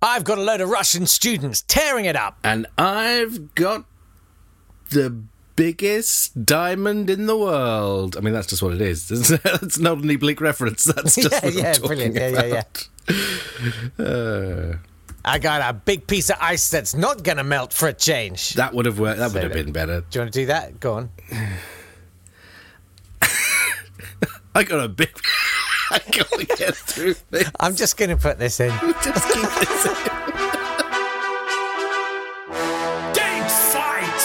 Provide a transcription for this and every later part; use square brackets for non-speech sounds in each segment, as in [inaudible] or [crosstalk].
I've got a load of Russian students tearing it up. And I've got the biggest diamond in the world. I mean, that's just what it is. [laughs] It's not an oblique reference. That's just [laughs] Yeah, what yeah, I'm talking brilliant. Yeah, yeah, yeah. about. Uh, I got a big piece of ice that's not going to melt for a change. that would have worked. That would Say have that. been better. Do you want to do that? Go on. I got a big. [laughs] I can't get through [laughs] this. I'm just going to put this in. Just keep this in. Game fight!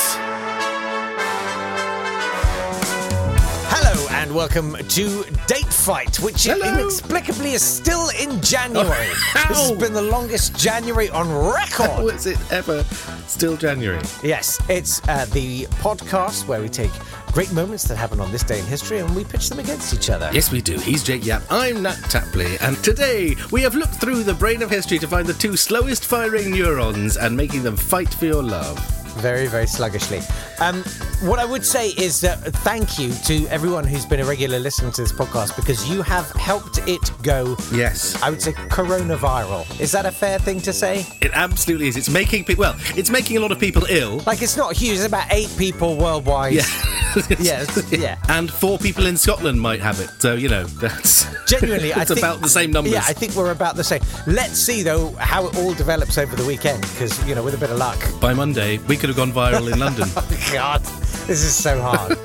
Hello and welcome to Date Fight, which Hello. inexplicably is still in January. Ow. this has been the longest January on record. Was Oh, it ever still January? yes, it's uh, the podcast where we take great moments that happen on this day in history and we pitch them against each other. Yes, we do. He's Jake Yap. I'm Nat Tapley, and today we have looked through the brain of history to find the two slowest firing neurons and making them fight for your love. Very, very sluggishly. Um, what I would say is that thank you to everyone who's been a regular listener to this podcast because you have helped it go. Yes. I would say coronaviral. Is that a fair thing to say? It absolutely is. It's making people. Well, it's making a lot of people ill. Like, it's not huge. It's about eight people worldwide. Yeah. [laughs] Yeah, it's- yeah. And four people in Scotland might have it. So you know that's Genuinely, it's I think, about the same numbers. Yeah, I think we're about the same. Let's see though how it all develops over the weekend because you know with a bit of luck. [laughs] Oh, By Monday, we could have gone viral in London. God, this is so hard.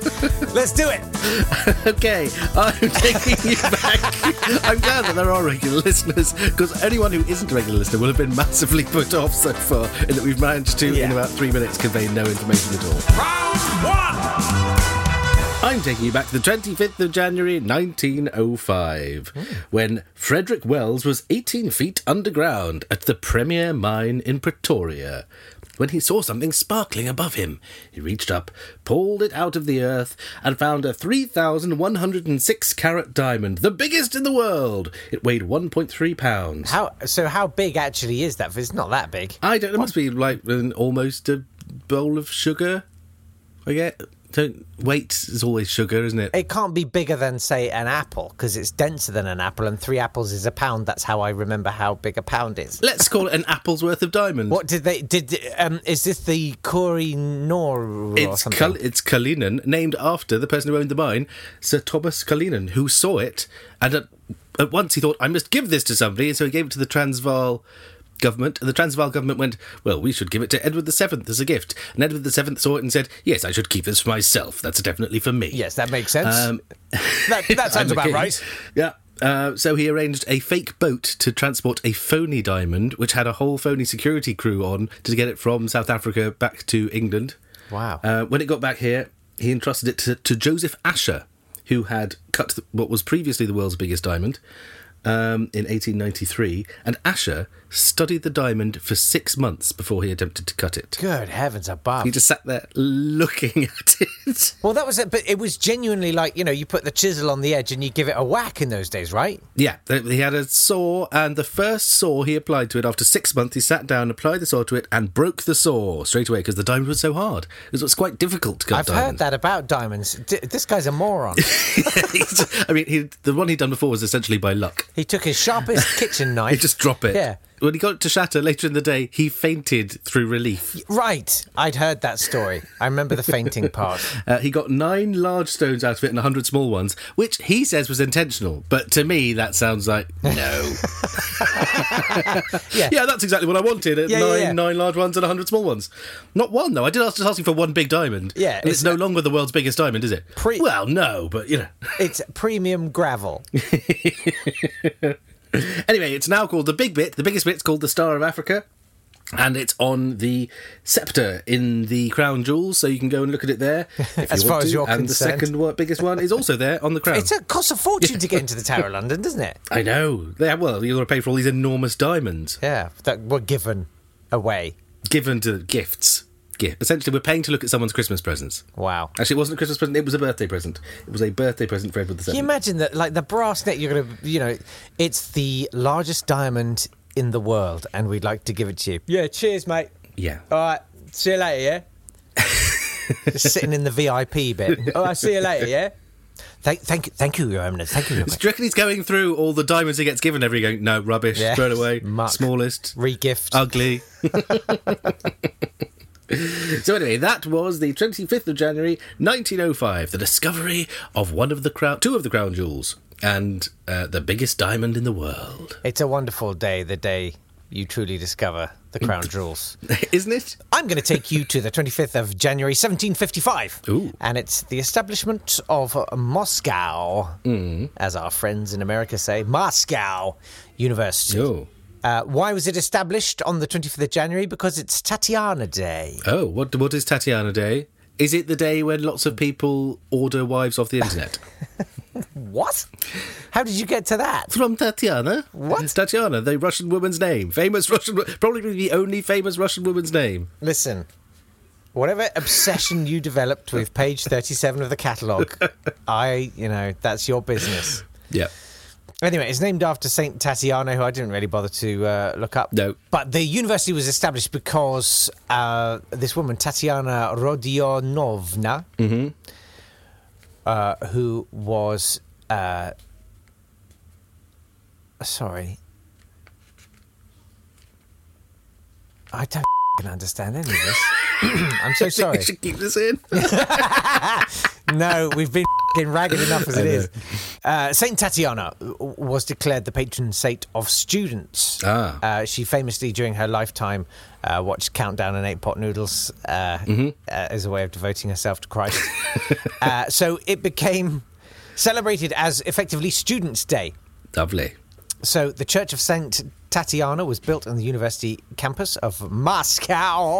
Let's do it. [laughs] Okay, I'm taking you back. I'm glad that there are regular listeners because anyone who isn't a regular listener will have been massively put off so far in that we've managed to, in Yeah. about three minutes, convey no information at all. Round one! I'm taking you back to the 25th of January 1905 when Frederick Wells was 18 feet underground at the Premier Mine in Pretoria. When he saw something sparkling above him, he reached up, pulled it out of the earth, and found a 3,106 carat diamond, the biggest in the world. It weighed 1.3 pounds. How so? How big actually is that? It's not that big. I don't. It must be like an, almost a bowl of sugar. I get. Don't weight is always sugar, isn't it? It can't be bigger than say an apple because it's denser than an apple, and three apples is a pound. That's how I remember how big a pound is. Let's call it an apple's worth of diamond. What did they did? Um, is this the Kory Nor or It's something? Cull- it's Cullinan, named after the person who owned the mine, Sir Thomas Cullinan, who saw it and at, at once he thought, "I must give this to somebody," and so he gave it to the Transvaal government. And the Transvaal government went, "Well, we should give it to Edward VII as a gift." And Edward VII saw it and said, "Yes, I should keep this for myself. That's definitely for me." yes, that makes sense. Um, that, that sounds [laughs] I'm a about king. right. Yeah. Uh, so he arranged a fake boat to transport a phony diamond, which had a whole phony security crew on to get it from South Africa back to England. Wow. Uh, when it got back here, he entrusted it to, to Joseph Asher, who had cut the, what was previously the world's biggest diamond um, in 1893. And Asher studied the diamond for six months before he attempted to cut it. Good heavens above. He just sat there looking [laughs] at it. Well, that was it, but it was genuinely like you know, you put the chisel on the edge and you give it a whack in those days, right? Yeah, th- he had a saw, and the first saw he applied to it after six months, he sat down, applied the saw to it, and broke the saw straight away because the diamond was so hard. It was, it's quite difficult to cut I've diamonds. [laughs] heard that about diamonds. D- this guy's a moron. I mean, he, the one he'd done before was essentially by luck. he took his sharpest kitchen knife. He'd just drop it. Yeah. When he got to shatter later in the day, he fainted through relief. Right, I'd heard that story. I remember the fainting part. Uh, he got nine large stones out of it and a hundred small ones, which he says was intentional. But to me, that sounds like no. Yeah. yeah, that's exactly what I wanted. uh, Yeah, yeah, nine, yeah. nine large ones and a hundred small ones. Not one though. I did ask just asking for one big diamond. Yeah, and it's, it's no a- longer the world's biggest diamond, is it? Pre- well, no, but you know. [laughs] It's premium gravel. Anyway, it's now called the Big Bit. The biggest bit's called the Star of Africa. And it's on the scepter in the crown jewels, so you can go and look at it there. [laughs] if you As want far as to. you're and concerned. the second one, biggest one is also [laughs] there on the crown. It's a cost a fortune to get into the Tower of London, doesn't it? I know. Yeah, well, you're going to pay for all these enormous diamonds Yeah, that were given away. given to gifts. Gift. Essentially, we're paying to look at someone's Christmas presents. Wow. Actually, it wasn't a Christmas present. It was a birthday present. It was a birthday present for Edward VII. Can you imagine that, like the brass neck, you're going to, you know, it's the largest diamond in the world, and we'd like to give it to you. Yeah, cheers, mate. yeah. All right, [laughs] see you later, yeah? Just sitting in the VIP bit. All right, see you later, yeah? Thank, thank, thank you, Your Eminence. Thank you, Your Do you reckon he's going through all the diamonds he gets given every going? No, rubbish, Yes, throw it away, muck. smallest, Regift. [laughs] ugly. [laughs] so anyway, that was the 25th of January 1905, the discovery of one of the crown, two of the crown jewels, and uh, the biggest diamond in the world, [laughs] it's a wonderful day, the day you truly discover the crown jewels. isn't it? I'm going to take you to the 25th of January 1755. Ooh. And it's the establishment of Moscow, as our friends in America say, Moscow University. Oh, Uh, why was it established on the 25th of January? Because it's Tatiana Day. oh, what what is Tatiana Day? Is it the day when lots of people order wives off the internet? What? How did you get to that? [laughs] From Tatiana. What? It's Tatiana, the Russian woman's name. Famous Russian, wo- probably the only famous Russian woman's name. Listen, whatever obsession you developed with page 37 of the catalogue, I, you know, that's your business. [laughs] Yeah. Anyway, it's named after Saint Tatiana, who I didn't really bother to uh, look up. No. But the university was established because uh, this woman, Tatiana Rodionovna, uh, who was. Uh, sorry. I don't fing understand any of this. I'm so We sorry. should keep this in. [laughs] No, we've been fing ragged enough as it is. Uh, Saint Tatiana w- was declared the patron saint of students. Ah. Uh, she famously, during her lifetime, uh, watched Countdown and Eight Pot Noodles uh, uh, as a way of devoting herself to Christ. [laughs] uh, so it became celebrated as effectively Students' Day. [laughs] Lovely. So the Church of Saint Tatiana was built on the university campus of Moscow,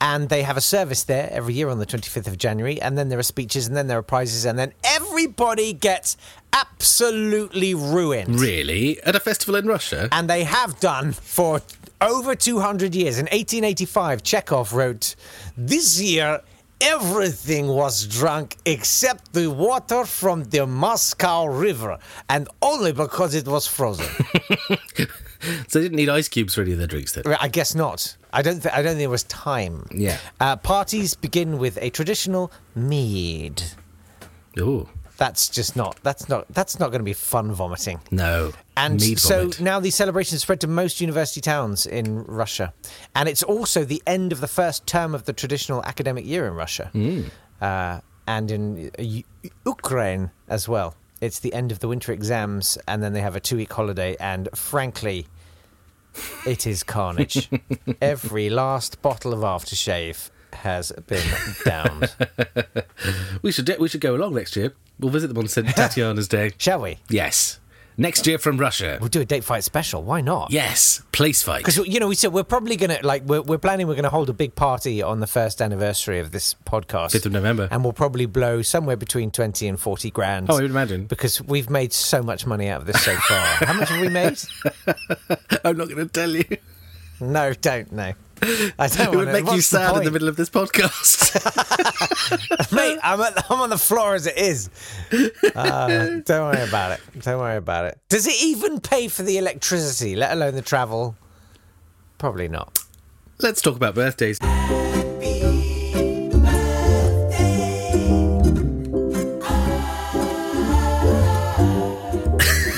and they have a service there every year on the 25th of January. And then there are speeches, and then there are prizes, and then everybody gets absolutely ruined. Really? At a festival in Russia? and they have done for over 200 years. In 1885, Chekhov wrote, "This year." Everything was drunk except the water from the Moscow River, and only because it was frozen. So they didn't need ice cubes for any of their drinks then? Well, I guess not. I don't. Th- I don't think there was time. Yeah. Uh, parties begin with a traditional mead. Oh, That's just not. That's not. That's not going to be fun vomiting. no. And Mead so vomit. now these celebrations spread to most university towns in Russia, and it's also the end of the first term of the traditional academic year in Russia, uh, and in uh, U- Ukraine as well. It's the end of the winter exams, and then they have a two-week holiday. And frankly, it is carnage. Every last bottle of aftershave has been downed. we should de- we should go along next year. We'll visit them on [laughs] St. Tatiana's Day. Shall we? Yes. Next year from Russia. We'll do a date fight special. Why not? Yes. Place fight. [laughs] Because you know, we said we're probably gonna like we're, we're planning we're gonna hold a big party on the first anniversary of this podcast, 5th of November. and we'll probably blow somewhere between twenty and forty grand. Oh, I would imagine. because we've made so much money out of this so far. How much have we [laughs] made? I'm not going to tell you. No, don't no. I don't. It would wanna- make you what's the sad in the point? middle of this podcast. [laughs] Mate, I'm, at, I'm on the floor as it is. Uh, don't worry about it. Don't worry about it. Does it even pay for the electricity, let alone the travel? Probably not. Let's talk about birthdays. [laughs]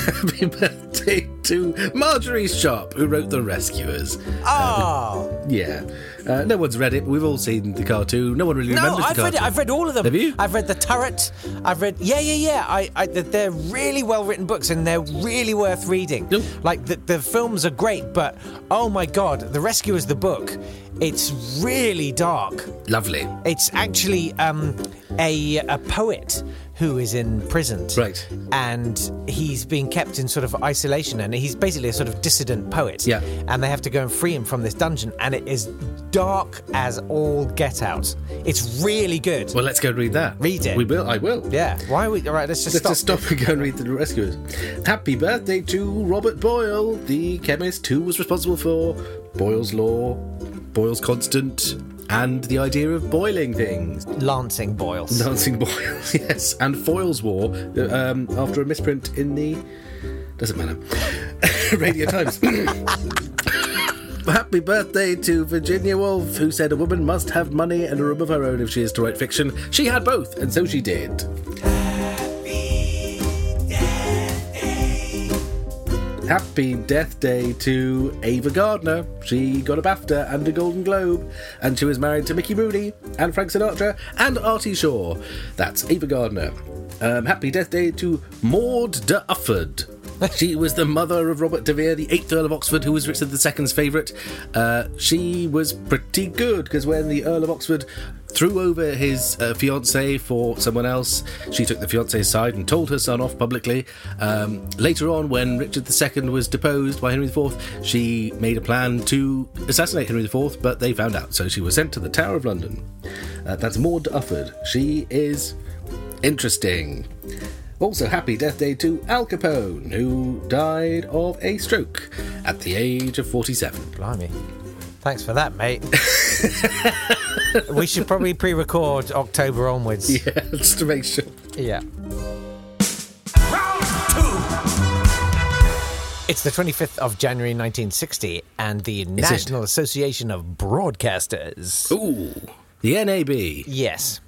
Happy birthday to Marjorie Sharp, who wrote The Rescuers. Oh. Yeah. Uh, no one's read it, but we've all seen the cartoon. No one really No, remembers I've the read cartoon. it. I've read all of them. Have you? I've read the turret. I've read yeah, yeah, yeah. I, I th- they're really well written books, and they're really worth reading. Yep. Like the, the films are great, but oh my god, The Rescue is the book. It's really dark. Lovely. It's actually um, a a poet who is imprisoned, Right. And he's being kept in sort of isolation, and he's basically a sort of dissident poet. Yeah. And they have to go and free him from this dungeon, and it is dark as all get out. It's really good. Well, let's go and read that. Read it. We will. I will. yeah. Why are we? All right. Let's just Let's stop. just stop and go and read The Rescuers. Happy birthday to Robert Boyle, the chemist who was responsible for Boyle's Law, Boyle's Constant, and the idea of boiling things. Lancing boils. Dancing Boyles, [laughs] yes, and Foyle's War uh, um, after a misprint in the. Doesn't matter. [laughs] Radio Times. [coughs] Happy birthday to Virginia Woolf, who said a woman must have money and a room of her own if she is to write fiction. She had both, and so she did. Happy Death Day to Ava Gardner. She got a BAFTA and a Golden Globe, and she was married to Mickey Rooney and Frank Sinatra and Artie Shaw. That's Ava Gardner. Um, happy Death Day to Maud de Ufford. She was the mother of Robert de Vere, the eighth Earl of Oxford, who was Richard II's favourite. Uh, she was pretty good because when the Earl of Oxford threw over his uh, fiancee for someone else. She took the fiancee's side and told her son off publicly. Um, later on, when Richard II was deposed by Henry IV, she made a plan to assassinate Henry IV, but they found out, so she was sent to the Tower of London. Uh, that's Maud Ufford. She is interesting. Also, happy death day to Al Capone, who died of a stroke at the age of 47. Blimey. Thanks for that, [laughs] mate. we should probably pre record October onwards. Yeah, [laughs] just to make sure. yeah. Round two. It's the 25th of January 1960, and the it? National Association of Broadcasters. Ooh, the NAB. Yes.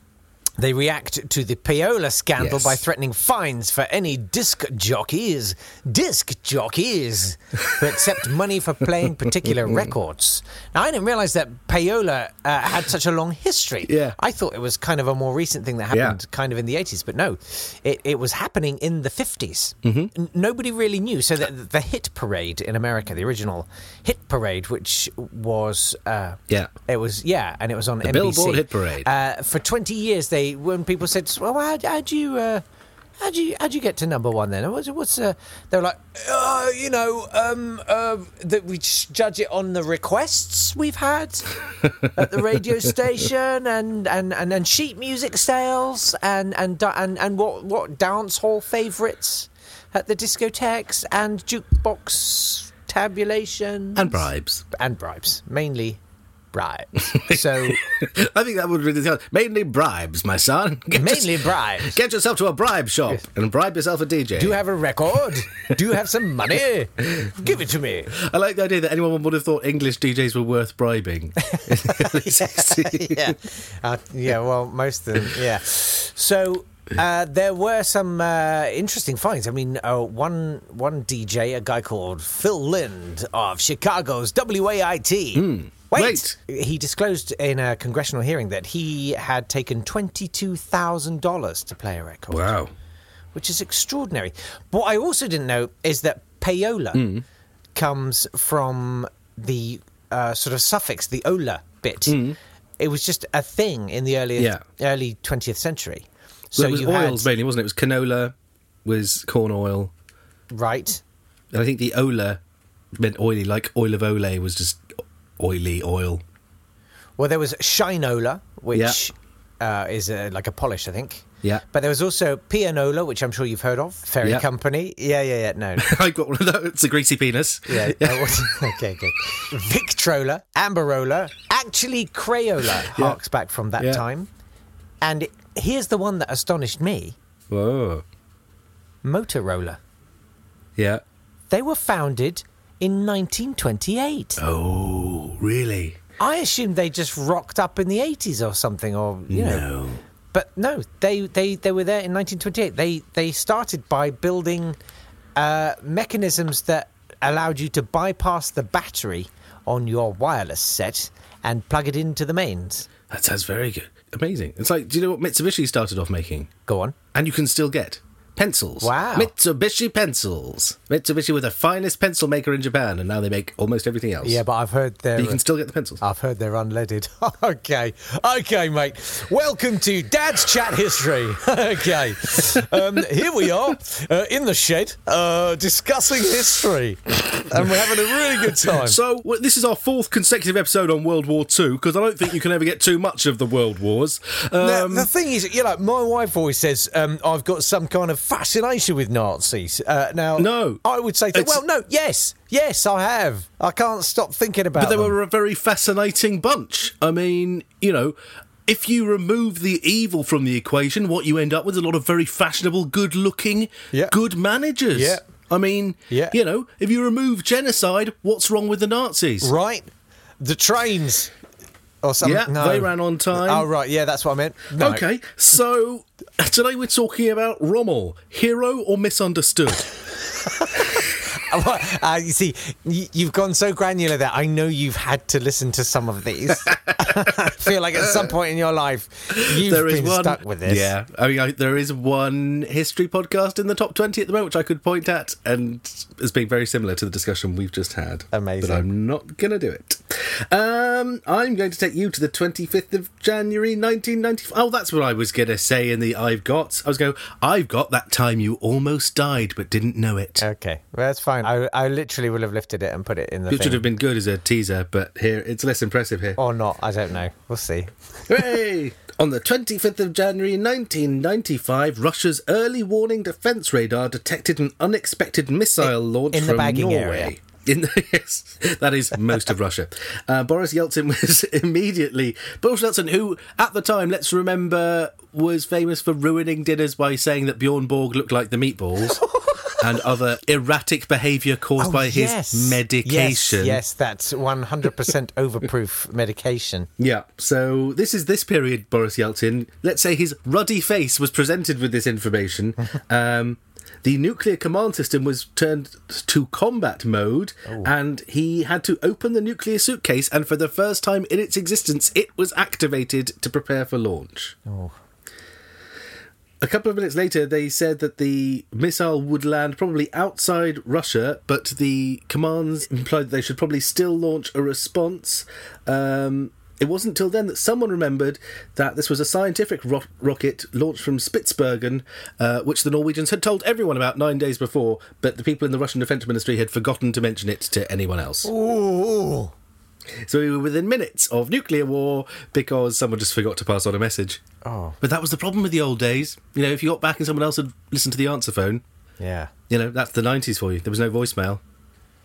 They react to the Paola scandal Yes. by threatening fines for any disc jockeys, disc jockeys, who accept money for playing [laughs] particular records. Now, I didn't realize that Paola uh, had such a long history. Yeah. I thought it was kind of a more recent thing that happened kind of in the 80s, but no, it, it was happening in the 50s. Mm-hmm. nobody really knew. So the, the hit parade in America, the original hit parade, which was. Uh, Yeah. It was, yeah, and it was on NBC. Billboard Hit Parade. Uh, for 20 years, they when people said, "Well, how, how do you?" Uh, how do you how do you get to number one then? What's what's uh, they were like? Uh, you know um, uh, that we just judge it on the requests we've had at the [laughs] radio station and, and, and, and sheet music sales and and da- and and what what dance hall favourites at the discotheques and jukebox tabulation And bribes. [laughs] and bribes, mainly bribes. So I think that would really help. Mainly bribes, my son. [laughs] Get mainly yours- bribes. Get yourself to a bribe shop and bribe yourself a [laughs] DJ. Do you have a record? Do you have some money? Give it to me. I like the idea that anyone would have thought English DJs were [laughs] worth bribing. [laughs] yeah, [laughs] uh, yeah. Well, most of them. Yeah. So uh, there were some uh, interesting finds. I mean, uh, one one DJ, a guy called Phil Lind of Chicago's WAIT. Hmm. Wait. He disclosed in a congressional hearing that he had taken twenty-two thousand dollars to play a record. Wow. which is extraordinary. What I also didn't know is that payola Hmm. comes from the uh, sort of suffix, the ola bit. It was just a thing in the early Hmm. Yeah. early twentieth century. So So it was you had oils mainly, wasn't it? It was canola, was corn oil. right, And I think the ola meant oily, like oil of ole was just oily oil. [laughs] Well, there was Shinola, which uh, is a, like a polish, I think. Yeah. But there was also Pianola, which I'm sure you've heard of, ferry Yeah. company. Yeah, yeah, yeah. No. I got one of those. It's a greasy penis. [laughs] Yeah. uh, what- [laughs] okay, good. Victrola, Amberola, actually Crayola harks back from that Yeah. time. And here's the one that astonished me Whoa. Motorola. Yeah. They were founded in 1928. Oh, really? I assumed they just rocked up in the 80s or something, or, you know. No. But no, they, they, they were there in 1928. They, they started by building uh, mechanisms that allowed you to bypass the battery on your wireless set and plug it into the mains. That sounds very good. Amazing. It's like, do you know what Mitsubishi started off making? Go on. And you can still get pencils. Wow. Mitsubishi pencils. Mitsubishi were the finest pencil maker in Japan, and now they make almost everything else. Yeah, but Ah. I've heard they're. But you can still get the pencils. I've heard they're unleaded. [laughs] okay, okay, mate. Welcome to Dad's Chat History. [laughs] okay, um, here we are uh, in the shed uh, discussing history, and we're having a really [laughs] good time. So w- this is our fourth consecutive episode on World War Two because I don't think you can ever get too much of the world wars. Now, Um, the thing is, you know, my wife always says um, I've got some kind of fascination with Nazis. Uh, now, No. I would say, to, It's- well, no, yes, yes, I have. I can't stop thinking about. but they them. were a very fascinating bunch. I mean, you know, if you remove the evil from the equation, what you end up with is a lot of very fashionable, good-looking, Yeah. good managers. Yeah. I mean, Yeah. you know, if you remove genocide, what's wrong with the Nazis? right? The trains or something. Yeah, no. they ran on time. Oh, right. Yeah, that's what I meant. No. [laughs] Okay, so today we're talking about Rommel, hero or misunderstood? uh, you see, you, you've gone so granular that I know you've had to listen to some of these. [laughs] I feel like at some point in your life, you've there is been one. stuck with this. Yeah, I mean, I, there is one history podcast in the top twenty at the moment, which I could point at, and as being very similar to the discussion we've just had. Amazing. But I'm not going to do it. Um, I'm going to take you to the 25th of January, 1995. Oh, that's what I was going to say in the I've got. I was going, I've got that time you almost died but didn't know it. Okay, well, that's fine. I, I literally would have lifted it and put it in the It should thing. have been good as a teaser, but here it's less impressive here. Or not, I don't know. We'll see. Hooray! On the 25th of January 1995, Russia's early warning defence radar detected an unexpected missile launch in the from bagging Norway. area. In the, [laughs] yes, that is most of Russia. Uh, Boris Yeltsin [laughs] was immediately Boris Yeltsin, who at the time, let's remember, was famous for ruining dinners by saying that Bjorn Borg looked like [laughs] the meatballs. And other erratic behaviour caused Oh, by yes. his medication. Yes, yes that's [laughs] 100% overproof medication. Yeah, so this is this period, Boris Yeltsin. Let's say his ruddy face was presented with this information. um, the nuclear command system was turned to combat mode, and he had to open the nuclear suitcase, and for the first time in its existence, it was activated to prepare for launch. Oh, A couple of minutes later, they said that the missile would land probably outside Russia, but the commands implied that they should probably still launch a response. Um, it wasn't till then that someone remembered that this was a scientific ro- rocket launched from Spitsbergen, uh, which the Norwegians had told everyone about nine days before, but the people in the Russian Defense Ministry had forgotten to mention it to anyone else. Ooh. So we were within minutes of nuclear war because someone just forgot to pass on a message. Oh. But that was the problem with the old days. You know, if you got back and someone else had listened to the answer phone, Yeah. you know, that's the 90s for you. There was no voicemail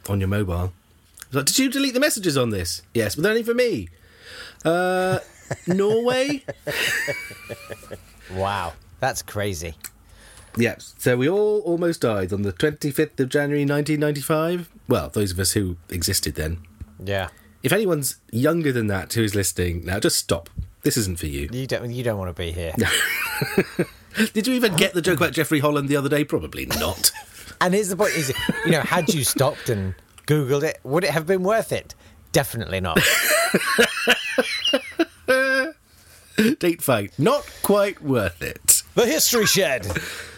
on your mobile. It was like, did you delete the messages on this? Yes, but they're only for me. Uh, Norway? Wow. That's crazy. Yeah, so we all almost died on the 25th of January 1995. Well, those of us who existed then. Yeah. If anyone's younger than that who is listening now, just stop. This isn't for you. You don't you don't want to be [laughs] here. Did you even get the joke about Jeffrey Holland the other day? [laughs] Probably not. And here's the point: is you know, had you stopped and googled it, would it have been worth it? Definitely [laughs] not. Date fight. Not quite worth it. the History Shed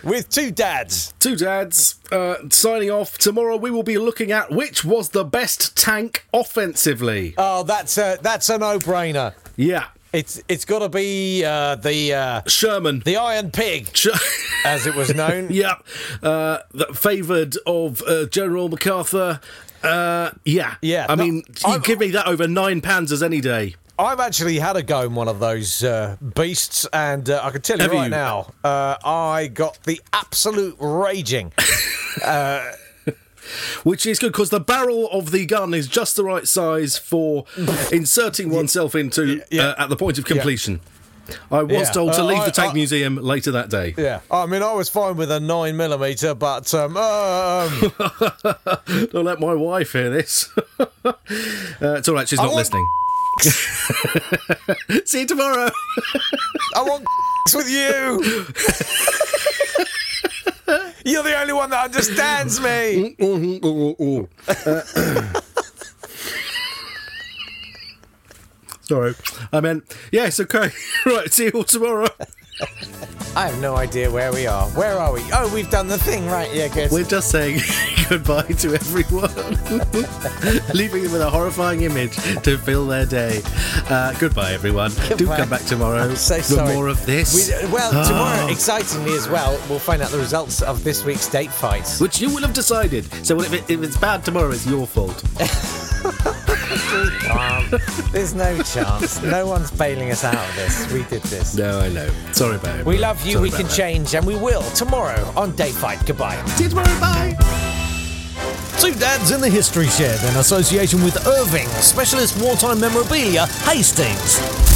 with two dads. Two dads uh, signing off. Tomorrow we will be looking at which was the best tank offensively. Oh, that's a that's a no-brainer. yeah. It's it's got to be uh, the uh, Sherman. the Iron Pig, Sh- [laughs] as it was known. yeah. Uh, that favoured of uh, General MacArthur. Uh, yeah. Yeah, I no, mean, you I'm- give me that over nine panzers any day. I've actually had a go in one of those uh, beasts, and uh, I can tell you Have right you? now, uh, I got the absolute [laughs] raging. Which is good because the barrel of the gun is just the right [laughs] size for inserting oneself into Yeah. Uh, at the point of completion. I was Yeah. told to Uh, leave I- the tank I- museum later that day. yeah, I mean, I was fine with a nine millimeter, but um, um Don't let my wife hear this. [laughs] uh, it's all right, she's not want- listening. [laughs] See you tomorrow. I want [laughs] with you. [laughs] You're the only one that understands me. [coughs] Sorry, I meant yes. Okay, [laughs] right. See you all tomorrow. I have no idea where we are. Where are we? Oh, we've done the thing, right? Yeah, good. We're just saying [laughs] goodbye to everyone, [laughs] leaving them with a horrifying image to fill their day. Uh, goodbye, everyone. Do Goodbye. come back tomorrow I'm so for sorry. more of this. We- well, tomorrow, Ah. excitingly as well, we'll find out the results of this week's date fights. which you will have decided. So if, it, if it's bad tomorrow, it's [laughs] your fault. There's no chance. No one's bailing us out of this. We did this. No, I know. Sorry about it. We love you. Sorry we about can that. change, and we will tomorrow on date fight. Goodbye. See you tomorrow. Bye. Two Dads in the History Shed in association with Irving, specialist wartime memorabilia, Hastings.